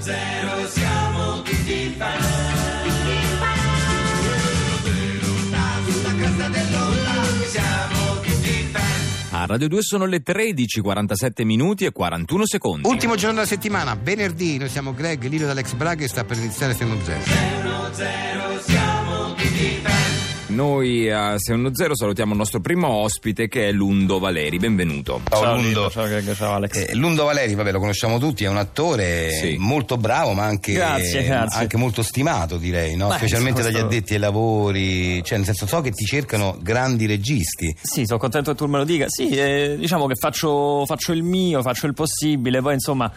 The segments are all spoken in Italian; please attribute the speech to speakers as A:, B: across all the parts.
A: zero siamo tutti fan. Quello dell'onda, sulla cresta dell'onda, siamo tutti fan.
B: A Radio 2 sono le 13:47 minuti e 41 secondi.
C: Ultimo giorno della settimana, venerdì, noi siamo Greg, Lillo dall'ex Braga e sta per iniziare Stiamo Zero.
A: Zero, zero, siamo tutti fan.
B: Noi a 610 salutiamo il nostro primo ospite che è Lundo Valeri, benvenuto.
D: Ciao
C: Lundo.
D: Lillo, ciao Greg, ciao Alex.
C: Eh, Lundo Valeri, vabbè, lo conosciamo tutti, è un attore
B: Sì.
C: molto bravo, ma anche,
D: Grazie, grazie.
C: anche molto stimato, direi, no?
D: Beh,
C: specialmente
D: sì,
C: dagli
D: questo-
C: addetti ai lavori. Cioè, nel senso, so che ti cercano grandi registi.
D: Sì, sono contento che tu me lo dica. Sì, eh, diciamo che faccio, faccio il mio, faccio il possibile, poi insomma.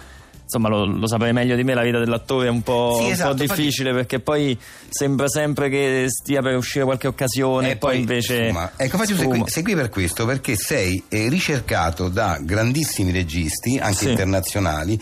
D: Insomma, lo, lo sapevi meglio di me, la vita dell'attore è un po',
C: Sì,
D: un po'
C: esatto,
D: difficile perché poi sembra sempre che stia per uscire qualche occasione e poi, invece.
C: Eh, insomma, ecco, infatti tu sei qui,
D: sfuma.
C: sei qui per questo perché sei eh, ricercato da grandissimi registi, anche
D: Sì.
C: internazionali.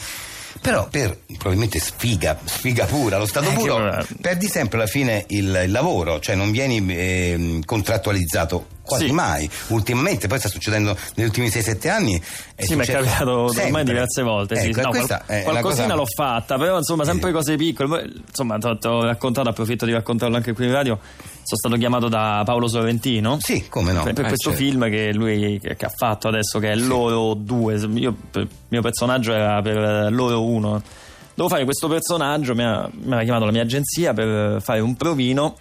C: Però per probabilmente sfiga, sfiga pura, lo stato
D: Eh, che
C: puro,
D: vabbè.
C: perdi sempre alla fine il, il lavoro, cioè non vieni ehm, contrattualizzato quasi
D: Sì.
C: mai. Ultimamente, poi sta succedendo negli ultimi 6-7 anni. è
D: Sì, mi è
C: successo
D: capitato
C: eh, certo. sempre.
D: ormai diverse volte. sì.
C: Ecco, e
D: No,
C: questa
D: qual-
C: è una
D: qualcosina
C: cosa- Eh.
D: l'ho fatta, però insomma, sempre cose piccole. Poi, Insomma, te te l'ho raccontato, approfitto di raccontarlo anche qui in radio. Sono stato chiamato da Paolo Sorrentino.
C: Sì, come no?
D: per, per
B: eh,
D: questo
B: certo.
D: film che lui che che ha fatto adesso che è loro due Io- per- il mio personaggio era per eh, loro uno devo fare questo personaggio mi ha- mi aveva chiamato la mia agenzia per eh, fare un provino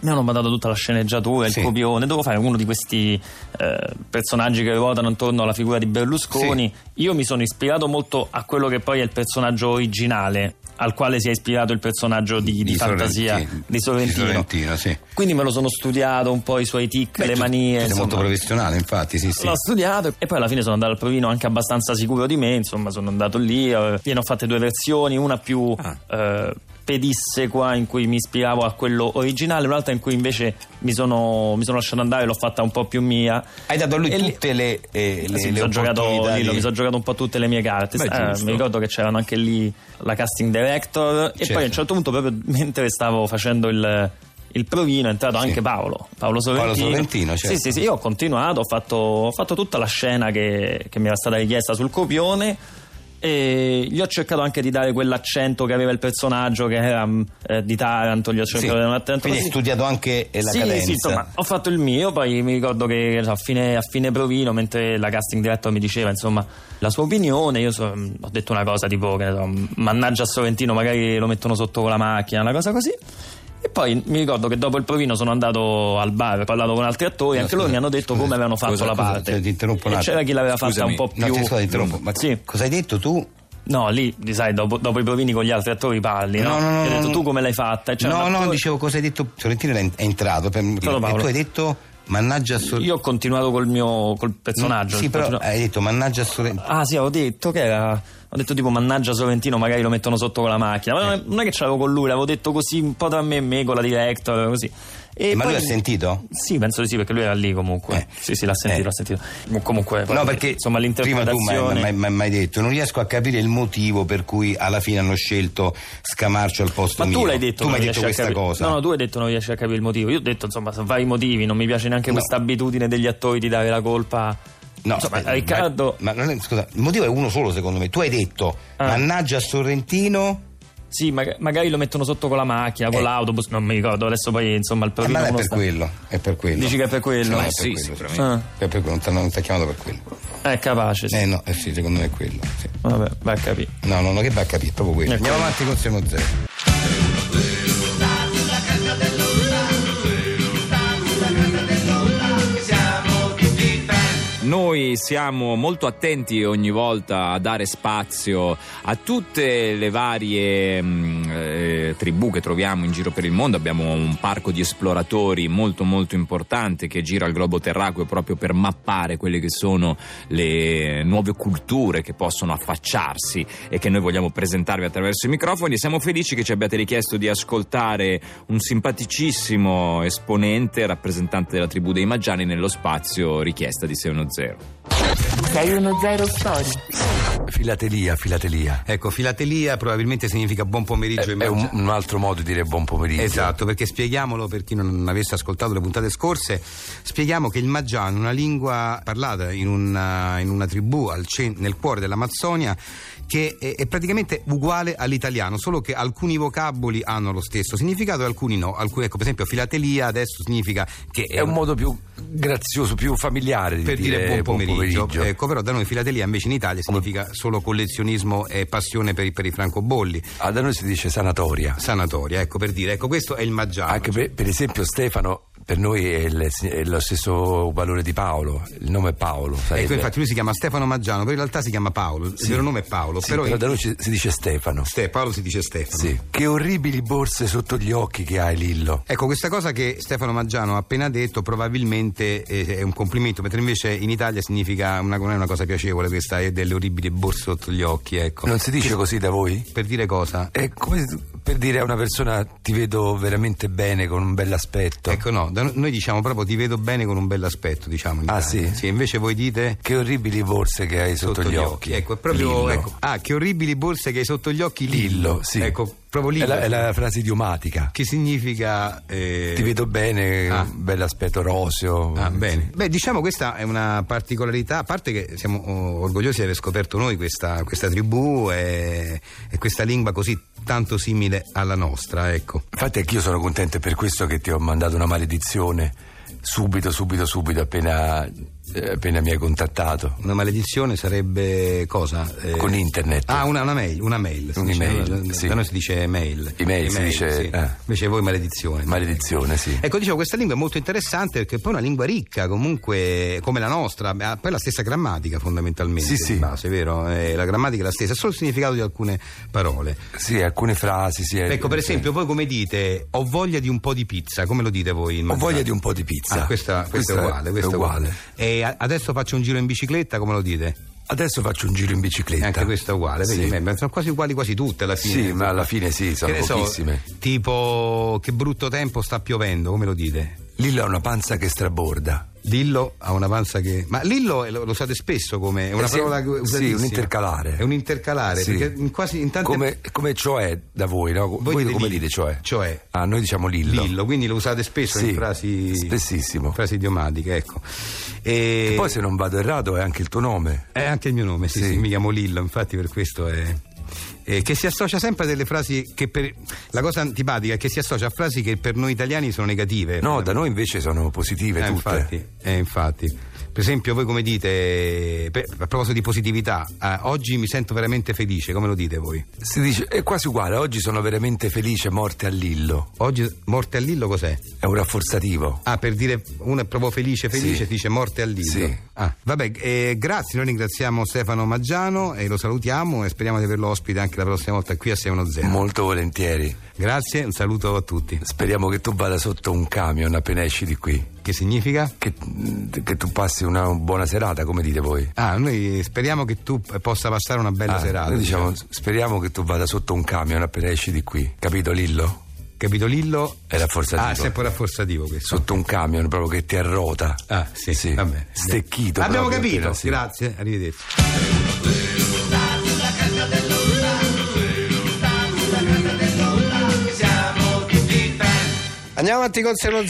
D: mi hanno mandato tutta la sceneggiatura, il
C: Sì.
D: copione. Devo fare uno di questi eh, personaggi che ruotano intorno alla figura di Berlusconi. Io mi sono ispirato molto a quello che poi è il personaggio originale, al quale si è ispirato il personaggio di, di fantasia
C: Sorrentino.
D: di Sorrentino.
C: Di Sorrentino, sì.
D: Quindi me lo sono studiato un po' i suoi tic,
C: Beh,
D: le
C: tu- tu
D: manie.
C: sei molto
D: insomma.
C: professionale, infatti, sì, sì.
D: L'ho studiato e poi alla fine sono andato al provino anche abbastanza sicuro di me, insomma sono andato lì, eh, gliene ho fatte due versioni, una più
B: Ah.
D: eh, pedissequa in cui mi ispiravo a quello originale, un'altra in cui invece mi sono, mi sono lasciato andare e l'ho fatta un po' più mia.
C: Hai dato a lui
D: E lì-
C: tutte le, eh, le,
D: Sì,
C: le
D: mi sono giocato,
C: opportunità
D: Lillo,
C: di-
D: mi sono giocato un po' tutte le mie carte.
B: Beh,
D: Eh,
B: giusto.
D: mi ricordo che c'erano anche lì la casting director. E
C: Certo.
D: poi a un certo punto, proprio mentre stavo facendo il. il provino è entrato
C: Sì.
D: anche Paolo Paolo Sorrentino,
C: Paolo Sorrentino, certo.
D: sì sì sì io ho continuato ho fatto, ho fatto tutta la scena che, che mi era stata richiesta sul copione e gli ho cercato anche di dare quell'accento che aveva il personaggio che era mh, eh, di Taranto gli ho
C: Sì.
D: cercato di dare un accento
C: Quindi hai
D: così
C: studiato anche eh, la
D: sì,
C: cadenza.
D: Sì, insomma, ho fatto il mio, poi mi ricordo che a fine, a fine provino, mentre la casting director mi diceva insomma la sua opinione, io so- mm, ho detto una cosa tipo, che ne so, mannaggia a Sorrentino, magari lo mettono sotto con la macchina, una cosa così. E poi mi ricordo che dopo il provino sono andato al bar, ho parlato con altri attori,
C: No,
D: anche loro
C: scusa,
D: mi hanno detto
C: scusa,
D: come avevano fatto
C: scusa,
D: la
C: scusa,
D: parte.
C: cioè, ti interrompo un
D: e
C: attimo.
D: c'era chi l'aveva fatta
B: Scusami,
D: un po'
C: No,
D: più.
C: ti scusa, ti interrompo, ma
D: Sì.
C: cosa hai detto tu?
D: No, lì, sai, dopo, dopo i provini con gli altri attori parli, no? Gli ho detto tu come l'hai fatta? cioè, E c'era
C: no,
D: un
C: no,
D: attore-
C: dicevo cosa hai detto. Sorrentino era en- è entrato per,
D: Paolo
C: e tu
D: Paolo.
C: hai detto mannaggia Sorrentino.
D: Io ho continuato col mio col personaggio.
C: Sì,
D: il
C: però
D: personaggio-
C: hai detto mannaggia Sorrentino.
D: Ah sì, avevo detto che era... Ho detto tipo mannaggia Sorrentino, magari lo mettono sotto con la macchina. Ma non è- non è che ce l'avevo con lui, l'avevo detto così un po' tra me e me con la director, così. E
C: Eh, Ma
D: poi-
C: lui ha sentito?
D: Sì, penso di sì, perché lui era lì comunque.
C: Eh.
D: Sì, sì, l'ha sentito,
C: Eh.
D: l'ha sentito. Com- Comunque,
C: No, perché
D: insomma
C: prima tu mi
D: l'interpretazione...
C: hai- mi hai mi hai mai detto, non riesco a capire il motivo per cui alla fine hanno scelto Scamarcio al posto
D: Ma
C: mio.
D: tu l'hai detto,
C: tu
D: non
C: mi hai detto
D: riesci a
C: questa
D: capi-
C: cosa.
D: No, no, tu hai detto non riesci a capire il motivo. Io ho detto, insomma, sono vari motivi. Non mi piace neanche
C: No.
D: questa abitudine degli attori di dare la colpa.
C: No,
D: insomma,
C: aspetta,
D: Riccardo.
C: Ma, ma non è- scusa, il motivo è uno solo, secondo me. Tu hai detto,
D: Ah.
C: mannaggia Sorrentino.
D: Sì, ma- magari lo mettono sotto con la macchina, con
C: Eh.
D: l'autobus, non mi ricordo, adesso poi insomma il
C: Eh, ma
D: provino
C: è
D: uno
C: per
D: sta-
C: quello, è per quello.
D: Dici che è per quello?
C: Sì, ma è per
B: Sì,
C: quello,
B: sicuramente.
D: Ah,
C: È per quello, non ti non t'ha chiamato per quello.
D: è capace, sì.
C: Eh no, eh sì, secondo me è quello. sì.
D: Vabbè, va a capire.
C: No, no, no, che va a capire, proprio quello.
D: Ecco.
C: Andiamo avanti con Siamo Zero.
B: Noi siamo molto attenti ogni volta a dare spazio a tutte le varie mh, eh, tribù che troviamo in giro per il mondo. Abbiamo un parco di esploratori molto molto importante che gira il globo terracqueo proprio per mappare quelle che sono le nuove culture che possono affacciarsi e che noi vogliamo presentarvi attraverso i microfoni. Siamo felici che ci abbiate richiesto di ascoltare un simpaticissimo esponente, rappresentante della tribù dei Maggiani, nello spazio richiesta di 610.
E: 610 Storie. Filatelia, filatelia.
C: Ecco, filatelia probabilmente significa buon
E: È,
C: pomeriggio in
E: è
C: mezzo-
E: un, un altro modo di dire buon pomeriggio.
C: Esatto, perché spieghiamolo per chi non avesse ascoltato le puntate scorse, spieghiamo che il Maggiano è una lingua parlata in una, in una tribù al cen- nel cuore dell'Amazzonia che è, è praticamente uguale all'italiano, solo che alcuni vocaboli hanno lo stesso significato e alcuni no. Alcuni, ecco, per esempio filatelia adesso significa che
E: È un modo più grazioso, più familiare di
C: per dire, buon pomeriggio.
E: pomeriggio. Eh.
C: Ecco, però da noi filatelia invece in Italia significa solo collezionismo e passione per i, per i francobolli.
E: Ah, da noi si dice sanatoria.
C: Sanatoria, ecco per dire, ecco questo è il Maggiano.
E: Anche per, per esempio Stefano, per noi è, il- è lo stesso valore di Paolo, il nome è Paolo.
C: Ecco,
E: sarebbe.
C: infatti lui si chiama Stefano Maggiano, però in realtà si chiama Paolo, il vero nome è Paolo,
E: Sì,
C: però,
E: però
C: in-
E: da noi ci- si dice Stefano.
C: Ste- Paolo si dice Stefano.
E: Sì. Che orribili borse sotto gli occhi che hai Lillo.
C: Ecco, questa cosa che Stefano Maggiano ha appena detto probabilmente eh, è un complimento, mentre invece in Italia significa una, non è una cosa piacevole questa, è delle orribili borse sotto gli occhi, ecco.
E: Non si dice così da voi?
C: Per dire cosa?
E: È Eh, come se- per dire a una persona ti vedo veramente bene con un bell'aspetto.
C: Ecco, no, da no- noi diciamo proprio ti vedo bene con un bell'aspetto, diciamo. in
E: Ah,
C: Italia.
E: sì?
C: Sì, invece voi dite...
E: Che orribili borse che hai sotto, gli occhi.
C: Ecco, è proprio.
E: Lillo.
C: ecco. Ah, che orribili borse che hai sotto gli occhi,
E: Lillo, sì.
C: Ecco, proprio
E: È
C: Lillo.
E: la, è la frase idiomatica.
C: Che significa. eh,
E: Ti vedo bene,
C: Ah.
E: un bell'aspetto roseo.
C: Ah, bene. Beh, diciamo questa è una particolarità, a parte che siamo oh, orgogliosi di aver scoperto noi questa, questa tribù e, e questa lingua così tanto simile alla nostra, ecco.
E: Infatti anch'io sono contento è per questo che ti ho mandato una maledizione subito, subito, subito, appena, eh, appena mi hai contattato.
C: Una maledizione sarebbe cosa? Eh,
E: Con internet.
C: Ah, una, una mail, una mail. si
E: Un'email,
C: dice, no?
E: sì.
C: Da noi si dice mail.
E: Email si dice, eh.
C: Invece voi maledizione.
E: Maledizione, sì.
C: Ecco, dicevo, questa lingua è molto interessante perché poi è una lingua ricca, comunque come la nostra, ha poi la stessa grammatica fondamentalmente.
E: Sì,
C: di
E: sì.
C: Base, vero? Eh, la grammatica è la stessa, è solo il significato di alcune parole.
E: Sì, alcune frasi. Sì, eh,
C: Ecco, per
E: sì.
C: esempio, voi come dite ho voglia di un po' di pizza, come lo dite voi? in
E: Ho voglia
C: Mazzara?
E: di un po' di pizza.
C: Ah, questa, questa è uguale. questa
E: è uguale.
C: E a- adesso faccio un giro in bicicletta, come lo dite?
E: Adesso faccio un giro in
C: E
E: bicicletta.
C: anche questa è uguale. vedi,
E: Sì.
C: beh, sono quasi uguali quasi tutte alla fine.
E: Sì, ma alla fine sì, sono
C: Che ne so,
E: pochissime.
C: tipo che brutto tempo sta piovendo, come lo dite?
E: Lillo ha una panza che straborda.
C: Dillo ha una panza che. Ma Lillo è- lo, lo usate spesso come. È una
E: Eh sì,
C: parola che
E: sì,
C: usatissima.
E: un intercalare.
C: È un intercalare,
E: Sì.
C: perché in quasi in tante.
E: Come, come cioè da voi, no? Voi,
C: dite
E: come
C: Lillo.
E: dite cioè?
C: Cioè.
E: Ah, noi diciamo Lillo.
C: Lillo. quindi lo usate spesso
E: Sì,
C: in frasi.
E: spessissimo.
C: Frasi idiomatiche, ecco. E.
E: E poi se non vado errato è anche il tuo nome.
C: È anche il mio nome, sì,
E: Sì.
C: sì, mi chiamo Lillo, infatti per questo è. eh, che si associa sempre a delle frasi che per. La cosa antipatica è che si associa a frasi che per noi italiani sono negative.
E: No, da noi invece sono positive
C: Eh,
E: tutte.
C: infatti, eh, infatti. Per esempio, voi come dite, per- a proposito di positività, eh, oggi mi sento veramente felice, come lo dite voi?
E: Si dice, è quasi uguale, oggi sono veramente felice morte a Lillo.
C: Oggi morte al Lillo cos'è?
E: È un rafforzativo.
C: Ah, per dire uno è proprio felice, felice,
E: Sì.
C: si dice morte al Lillo.
E: Sì.
C: Ah, vabbè, eh, grazie, noi ringraziamo Stefano Maggiano e lo salutiamo e speriamo di averlo ospite anche la prossima volta qui a 610.
E: Molto volentieri.
C: Grazie, un saluto a tutti.
E: Speriamo che tu vada sotto un camion appena esci di qui.
C: Che significa?
E: Che, che tu passi una buona serata, come dite voi.
C: Ah, noi speriamo che tu possa passare una bella
E: Ah,
C: serata.
E: noi diciamo, speriamo che tu vada sotto un camion appena esci di qui. Capito Lillo?
C: Capito Lillo?
E: È rafforzativo.
C: Ah, è sempre rafforzativo questo.
E: Sotto un camion proprio che ti arrota.
C: Ah, sì, va bene.
E: Stecchito.
C: Abbiamo
E: proprio,
C: capito.
E: appena, sì.
C: Grazie, arrivederci.
F: Andiamo avanti con 0
G: Io?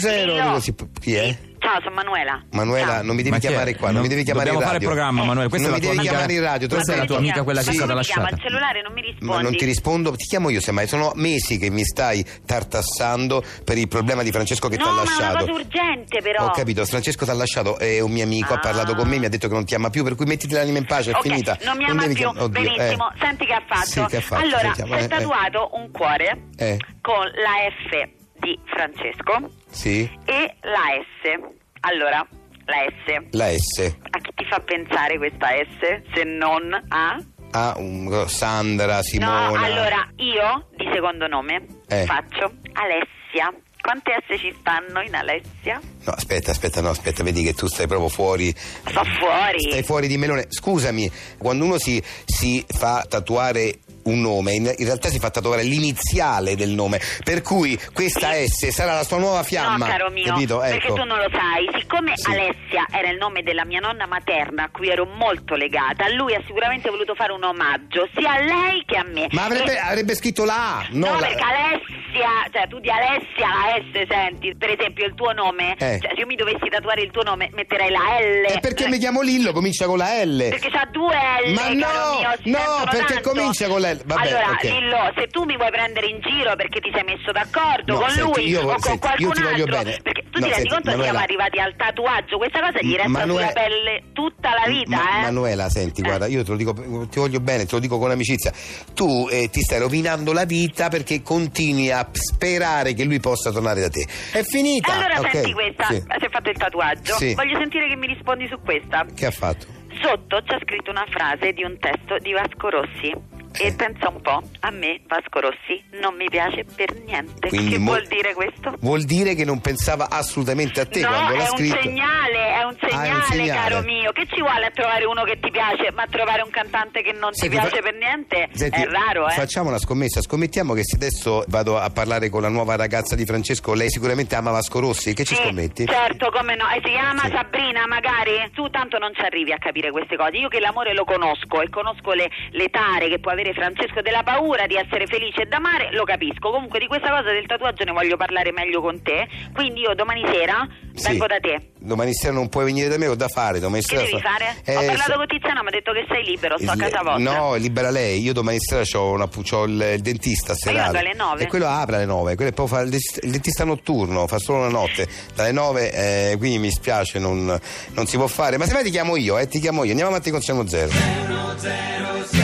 F: 0 Chi è?
G: Ciao, sono Manuela.
F: Manuela, non mi devi
B: Ma chi è?
F: chiamare qua, non, mi devi chiamare
B: Dobbiamo
F: in
B: fare il
F: radio.
B: programma, Manuel. Questa
F: non
B: è
F: mi
B: la tua
F: devi
B: amica.
F: chiamare in radio,
B: Questa è la
F: troppo
B: tua
F: tardi.
B: amica quella che
G: Ma
B: è stata
G: come ti chiama?
B: lasciata.
G: Al cellulare non mi rispondi.
F: Ma non ti rispondo, ti chiamo io semmai, sono mesi che mi stai tartassando per il problema di Francesco che
G: No,
F: ti ha
G: ma è una
F: lasciato.
G: cosa urgente, però.
F: Ho capito, Francesco ti ha lasciato, è un mio amico, ha
G: Ah.
F: parlato con me, mi ha detto che non ti ama più, per cui mettiti l'anima in pace, è
G: Ok,
F: finita.
G: Non mi ama
F: devi
G: più.
F: chiam- oddio, eh.
G: Benissimo. Senti che ha fatto.
F: Sì, che ha fatto?
G: Allora, si
F: Sentiamo, eh,
G: è
F: eh.
G: tatuato un cuore
F: Eh.
G: con la F di Francesco
F: Sì,
G: e la S. Allora, la S.
F: la S.
G: A chi ti fa pensare questa S se non a?
F: Ah, un- Sandra, Simona.
G: No, allora io di secondo nome
F: Eh.
G: faccio Alessia. Quante S ci stanno in Alessia?
F: No, aspetta, aspetta, no, aspetta, vedi che tu stai proprio fuori.
G: Sto fuori.
F: Stai fuori di melone. Scusami, quando uno si, si fa tatuare
C: un nome, in, in realtà si fa tatuare l'iniziale del nome, per cui questa S sarà la sua nuova fiamma.
G: No, caro mio,
C: capito?
G: perché
C: Ecco.
G: tu non lo sai. Siccome
C: Sì.
G: Alessia era il nome della mia nonna materna, a cui ero molto legata, lui ha sicuramente voluto fare un omaggio sia a lei che a me.
C: Ma avrebbe,
G: E-
C: avrebbe scritto la A,
G: Eh. No,
C: non la...
G: perché Alessia, cioè tu di Alessia la S senti, per esempio il tuo nome,
C: Eh.
G: cioè se io mi dovessi tatuare il tuo nome metterei la L.
C: E perché
G: Eh,
C: mi chiamo Lillo comincia con la L.
G: Perché c'ha due L.
C: Eh. Ma
G: caro
C: no,
G: mio, si
C: no,
G: sentono
C: perché
G: tanto.
C: comincia con la L. Vabbè,
G: allora,
C: ok.
G: Lillo, se tu mi vuoi prendere in giro perché ti sei messo d'accordo
C: No,
G: con
C: senti,
G: lui
C: io
G: o
C: vo-
G: con
C: senti,
G: qualcun
C: io ti voglio
G: altro,
C: bene.
G: perché
C: No,
G: tu ti rendi
C: senti,
G: conto che siamo
C: Manuela.
G: arrivati al tatuaggio, questa cosa gli resta
C: Manuela-
G: sulla pelle tutta la vita,
C: Ma-
G: eh.
C: Manuela, senti,
G: Eh.
C: guarda, io te lo dico, ti voglio bene, te lo dico con amicizia. Tu eh, ti stai rovinando la vita perché continui a sperare che lui possa tornare da te. È
G: E
C: finita.
G: allora
C: Ah, ok?
G: senti questa,
C: Sì.
G: se hai fatto il tatuaggio,
C: Sì.
G: voglio sentire che mi rispondi su questa.
C: Che ha fatto?
G: Sotto c'è scritto una frase di un testo di Vasco Rossi. E pensa un po', a me Vasco Rossi non mi piace per niente.
C: Quindi
G: che
C: mo-
G: vuol dire questo?
C: Vuol dire che non pensava assolutamente a te
G: no,
C: quando
G: è
C: l'ha
G: un
C: scritto.
G: segnale,
C: Ah,
G: è un
C: è un
G: segnale,
C: segnale.
G: caro mio. Che ci vuole a trovare uno che ti piace, ma trovare un cantante che non
C: Senti,
G: ti piace
C: fa-
G: per niente
C: Senti,
G: è raro, eh?
C: Facciamo una scommessa. Scommettiamo che se adesso vado a parlare con la nuova ragazza di Francesco, lei sicuramente ama Vasco Rossi. Che ci
G: Sì,
C: scommetti?
G: Certo, come no. E si chiama
C: Sì.
G: Sabrina, magari? Tu tanto non ci arrivi a capire queste cose. Io che l'amore lo conosco e conosco le, le tare che può avere Francesco della paura di essere felice e d'amare, lo capisco. Comunque di questa cosa del tatuaggio ne voglio parlare meglio con te. Quindi io domani sera
C: Sì.
G: vengo da te.
C: Domani sera non puoi venire da me, ho da fare. Domani
G: Che
C: sera
G: devi
C: so-
G: fare?
C: Eh,
G: Ho
C: so-
G: parlato con Tiziano, mi ha detto che sei libero, sto a
C: Il-
G: casa vostra.
C: No, libera lei. Io domani sera ho, il, il dentista serale.
G: vado alle nove.
C: E quello apre alle 9. Quello poi fa il, dentista- il dentista notturno, fa solo la notte. Dalle 9, quindi mi spiace, eh, non, non si può fare. Ma se mai ti chiamo io, eh, ti chiamo io. Andiamo avanti con Siamo Zero.
H: Zero, zero, sì.